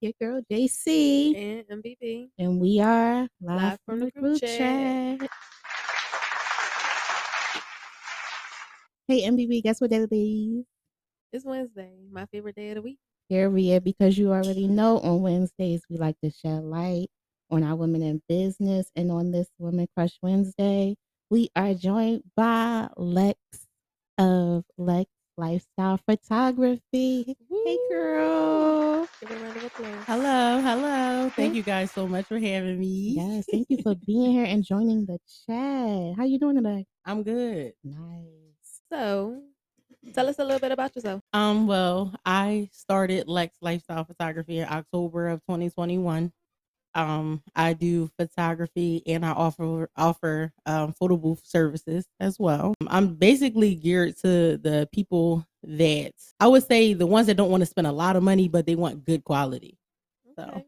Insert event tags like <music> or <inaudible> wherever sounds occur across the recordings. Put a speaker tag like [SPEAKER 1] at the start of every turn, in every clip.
[SPEAKER 1] your girl JC,
[SPEAKER 2] and MBB.
[SPEAKER 1] and we are live,
[SPEAKER 2] Live
[SPEAKER 1] from the group chat. Hey MBB, guess what day it is?
[SPEAKER 2] It's Wednesday, my favorite day of the week.
[SPEAKER 1] Here we are because you already know on Wednesdays we like to shed light on our women in business, and on this Women Crush Wednesday, we are joined by Lex of Lex Lifestyle Photography. Hey,
[SPEAKER 2] Woo!
[SPEAKER 1] girl.
[SPEAKER 2] Give her a round of applause.
[SPEAKER 3] Hello, hello.
[SPEAKER 1] Yes.
[SPEAKER 3] Thank you guys so much for having me.
[SPEAKER 1] Yes, thank you for <laughs> being here and joining the chat. How you doing today?
[SPEAKER 3] I'm good.
[SPEAKER 1] Nice.
[SPEAKER 2] So, tell us a little bit about yourself.
[SPEAKER 3] Um, well, I started Lex Lifestyle Photography in October of 2021. Um, I do photography and I offer offer um, photo booth services as well. Um, I'm basically geared to the people that I would say the ones that don't want to spend a lot of money, but they want good quality. So,
[SPEAKER 2] Okay.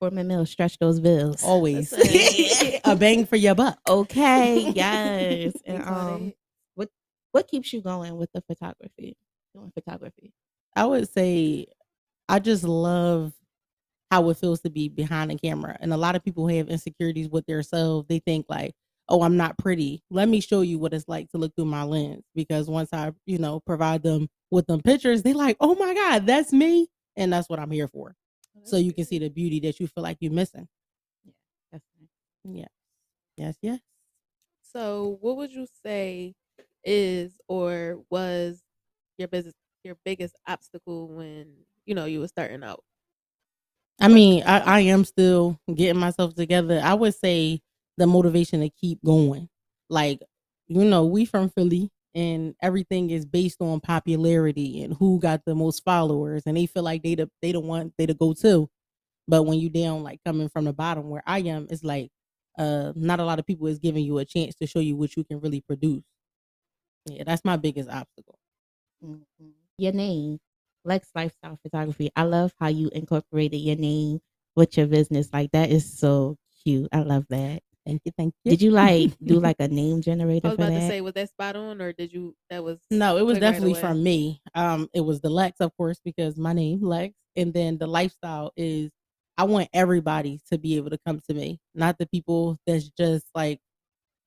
[SPEAKER 1] Foreman Mills, stretch those bills. <laughs> Um,
[SPEAKER 3] Always
[SPEAKER 2] Listen.
[SPEAKER 3] <laughs> a bang for your buck.
[SPEAKER 1] <laughs> Okay, yes.
[SPEAKER 2] We
[SPEAKER 1] And
[SPEAKER 2] caught
[SPEAKER 1] um,
[SPEAKER 2] it.
[SPEAKER 1] what keeps you going with the photography? Doing photography.
[SPEAKER 3] I would say I just love how it feels to be behind the camera. And a lot of people have insecurities with themselves. They think like, "Oh, I'm not pretty. Let me show you what it's like to look through my lens." Because once I, you know, provide them with them pictures, they like, "Oh my god, that's me." And that's what I'm here for. So you can see the beauty that you feel like you're missing.
[SPEAKER 1] That's nice.
[SPEAKER 3] Yeah. Yes, yes.
[SPEAKER 2] So, what would you say is or was your business your biggest obstacle when you know you were starting out?
[SPEAKER 3] I mean, I, I am still getting myself together. I would say the motivation to keep going. Like, you know, we from Philly and everything is based on popularity and who got the most followers and they feel like they the they the one they the go to. But when you down like coming from the bottom where I am, it's like uh not a lot of people is giving you a chance to show you what you can really produce. Yeah, that's my biggest obstacle.
[SPEAKER 1] Mhm. Your name, Lex Lifestyle Photography. I love how you incorporated your name with your business. Like that is so cute. I love that.
[SPEAKER 3] Thank you, thank you.
[SPEAKER 1] Did you like <laughs> do like a name generator
[SPEAKER 2] I was
[SPEAKER 1] for
[SPEAKER 2] about
[SPEAKER 1] that?
[SPEAKER 2] to say, was that spot on, or did you? That was
[SPEAKER 3] No, it was
[SPEAKER 2] Like right
[SPEAKER 3] definitely
[SPEAKER 2] away.
[SPEAKER 3] from me. Um, it was the Lex, of course, because my name Lex, and then the lifestyle is. I want everybody to be able to come to me, not the people that's just like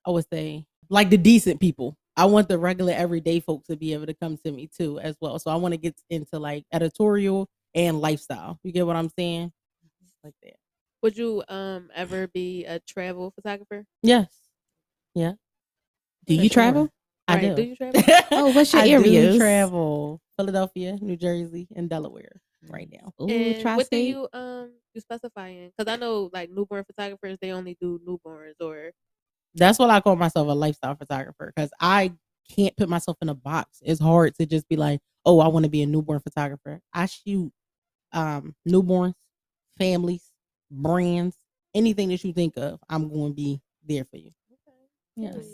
[SPEAKER 3] I would say, like the decent people. I want the regular everyday folks to be able to come to me too, as well. So I want to get into like editorial and lifestyle. You get what I'm saying?
[SPEAKER 2] Mm-hmm.
[SPEAKER 3] Like that.
[SPEAKER 2] Would you um ever be a travel photographer?
[SPEAKER 3] Yes.
[SPEAKER 1] do
[SPEAKER 3] for
[SPEAKER 1] you travel?
[SPEAKER 3] sure. I
[SPEAKER 2] Right,
[SPEAKER 3] do.
[SPEAKER 2] you
[SPEAKER 3] <laughs>
[SPEAKER 2] travel?
[SPEAKER 1] Oh, what's your
[SPEAKER 3] I
[SPEAKER 1] areas?
[SPEAKER 3] do travel Philadelphia, New Jersey, and Delaware right now.
[SPEAKER 1] Ooh,
[SPEAKER 2] And what do
[SPEAKER 1] tri-state.
[SPEAKER 2] you um you specify in? Because I know like newborn photographers, they only do newborns or
[SPEAKER 3] that's what I call myself a lifestyle photographer because I can't put myself in a box. It's hard to just be like, oh, I want to be a newborn photographer. I shoot um, newborns, families, brands, anything that you think of. I'm going to be there for you. Yes.
[SPEAKER 2] Period.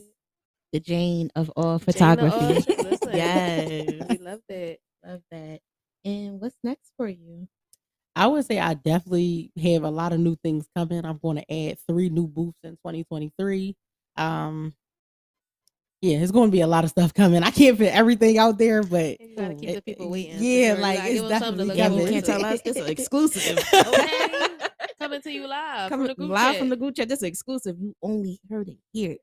[SPEAKER 1] the Jane of
[SPEAKER 2] Jane of
[SPEAKER 1] all
[SPEAKER 2] all
[SPEAKER 1] photography.
[SPEAKER 2] trades,
[SPEAKER 1] <laughs>
[SPEAKER 2] listen.
[SPEAKER 1] yes,
[SPEAKER 2] <laughs> we love that.
[SPEAKER 1] love that. And what's next for you?
[SPEAKER 3] I would say I definitely have a lot of new things coming. I'm going to add three new booths in 2023. Um, yeah, it's going to be a lot of stuff coming. I can't fit everything out there, but
[SPEAKER 2] And you gotta keep
[SPEAKER 3] It-
[SPEAKER 2] the people
[SPEAKER 3] it-
[SPEAKER 2] waiting. for
[SPEAKER 3] yeah,
[SPEAKER 2] sure. You
[SPEAKER 3] like,
[SPEAKER 2] gotta
[SPEAKER 3] it's
[SPEAKER 2] give 'em something to
[SPEAKER 3] definitely
[SPEAKER 2] look
[SPEAKER 3] coming.
[SPEAKER 2] forward
[SPEAKER 3] You can't
[SPEAKER 2] to.
[SPEAKER 3] tell us, this is
[SPEAKER 1] exclusive.
[SPEAKER 2] <laughs> Okay. Coming to you live from the group chat.
[SPEAKER 1] group chat. This is exclusive. You only heard it here.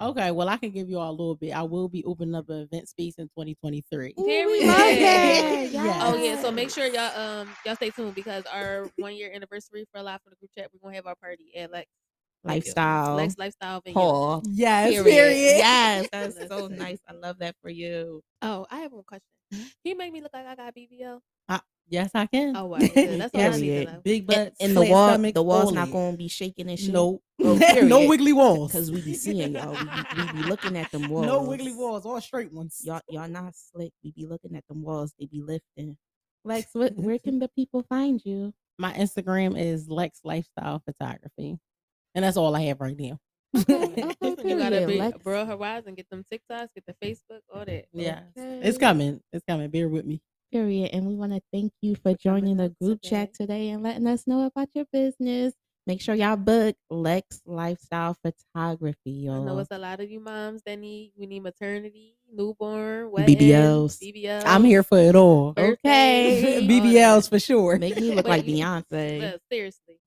[SPEAKER 3] Okay, well, I can give you all a little bit. I will be opening up an event space in 2023.
[SPEAKER 1] Ooh,
[SPEAKER 2] There we
[SPEAKER 1] we <laughs> love
[SPEAKER 2] go.
[SPEAKER 1] that.
[SPEAKER 3] Yeah.
[SPEAKER 2] Oh yeah, so
[SPEAKER 1] Yes.
[SPEAKER 2] make sure y'all um y'all stay tuned because our one year anniversary for live from the group chat, we're gonna have our party at Lex uh,
[SPEAKER 1] lifestyle
[SPEAKER 2] Lex Lifestyle Venue.
[SPEAKER 1] hall.
[SPEAKER 3] Yes,
[SPEAKER 2] Period.
[SPEAKER 1] Yes, that's so
[SPEAKER 2] Listen.
[SPEAKER 1] nice. I love that for you.
[SPEAKER 2] Oh, I have one question. Can you make me look like I got
[SPEAKER 1] <laughs>
[SPEAKER 2] BBL?
[SPEAKER 3] Yes, I can.
[SPEAKER 2] Oh, wow.
[SPEAKER 3] <laughs>
[SPEAKER 2] Okay, that's all I need to
[SPEAKER 1] Period.
[SPEAKER 2] know.
[SPEAKER 3] Big
[SPEAKER 1] And,
[SPEAKER 3] butts,
[SPEAKER 1] and the
[SPEAKER 3] flat
[SPEAKER 1] wall,
[SPEAKER 3] stomachs,
[SPEAKER 1] the wall's
[SPEAKER 3] all
[SPEAKER 1] not
[SPEAKER 3] it. <laughs>
[SPEAKER 1] gonna be shaking and shit.
[SPEAKER 3] No,
[SPEAKER 1] Oh,
[SPEAKER 3] <laughs> no
[SPEAKER 1] period.
[SPEAKER 3] wiggly walls.
[SPEAKER 1] Cause we be seeing y'all. We be, we be looking at them walls.
[SPEAKER 3] <laughs> No wiggly walls, all straight ones.
[SPEAKER 1] Y'all, y'all not slick. We be looking at them walls. They be lifting. Lex, what, where can the people find you?
[SPEAKER 3] My Instagram is Lex Lifestyle Photography, and that's all I have right now. <laughs>
[SPEAKER 1] Okay,
[SPEAKER 2] <laughs>
[SPEAKER 1] okay.
[SPEAKER 2] You gotta
[SPEAKER 1] Period.
[SPEAKER 2] be
[SPEAKER 1] Lex-
[SPEAKER 2] broad horizon, get them TikToks, get the Facebook, all that.
[SPEAKER 3] Yes,
[SPEAKER 1] Okay.
[SPEAKER 3] it's coming. It's coming. Bear with me.
[SPEAKER 1] Period. And we want to thank you for
[SPEAKER 2] coming
[SPEAKER 1] joining the
[SPEAKER 2] out
[SPEAKER 1] group chat today and letting us know about your business. Make sure y'all book Lex Lifestyle Photography,
[SPEAKER 2] I know
[SPEAKER 1] y'all.
[SPEAKER 2] it's <laughs> a lot of you moms that need we need maternity, newborn, wedding,
[SPEAKER 1] BBLs.
[SPEAKER 2] BBLs.
[SPEAKER 3] I'm here for it all.
[SPEAKER 2] Birthdays,
[SPEAKER 1] Okay. <laughs>
[SPEAKER 3] <laughs>
[SPEAKER 2] all
[SPEAKER 3] BBLs for sure.
[SPEAKER 1] Make me look
[SPEAKER 2] But
[SPEAKER 1] like
[SPEAKER 2] you- <laughs>
[SPEAKER 1] Beyonce.
[SPEAKER 2] Look, seriously.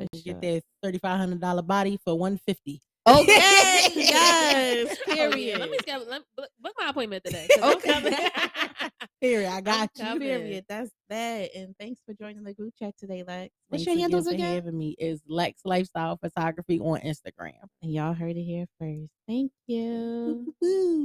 [SPEAKER 1] for sure.
[SPEAKER 3] Get that thirty five hundred dollar body for one fifty.
[SPEAKER 1] Okay.
[SPEAKER 2] <laughs>
[SPEAKER 1] yes.
[SPEAKER 2] Oh, yeah,
[SPEAKER 1] Period.
[SPEAKER 2] Let me schedule- let- book book my appointment today. 'cause I'm
[SPEAKER 1] Okay. <laughs>
[SPEAKER 2] coming.
[SPEAKER 3] Here, I got you.
[SPEAKER 2] coming.
[SPEAKER 1] Period. That's that. And thanks for joining the group chat today, Lex.
[SPEAKER 3] What's
[SPEAKER 1] Thanks
[SPEAKER 3] your
[SPEAKER 1] again
[SPEAKER 3] handles
[SPEAKER 1] for
[SPEAKER 3] again?
[SPEAKER 1] having-
[SPEAKER 3] Having me is Lex Lifestyle Photography on Instagram.
[SPEAKER 1] And y'all heard it here first. Thank you.
[SPEAKER 3] Woo.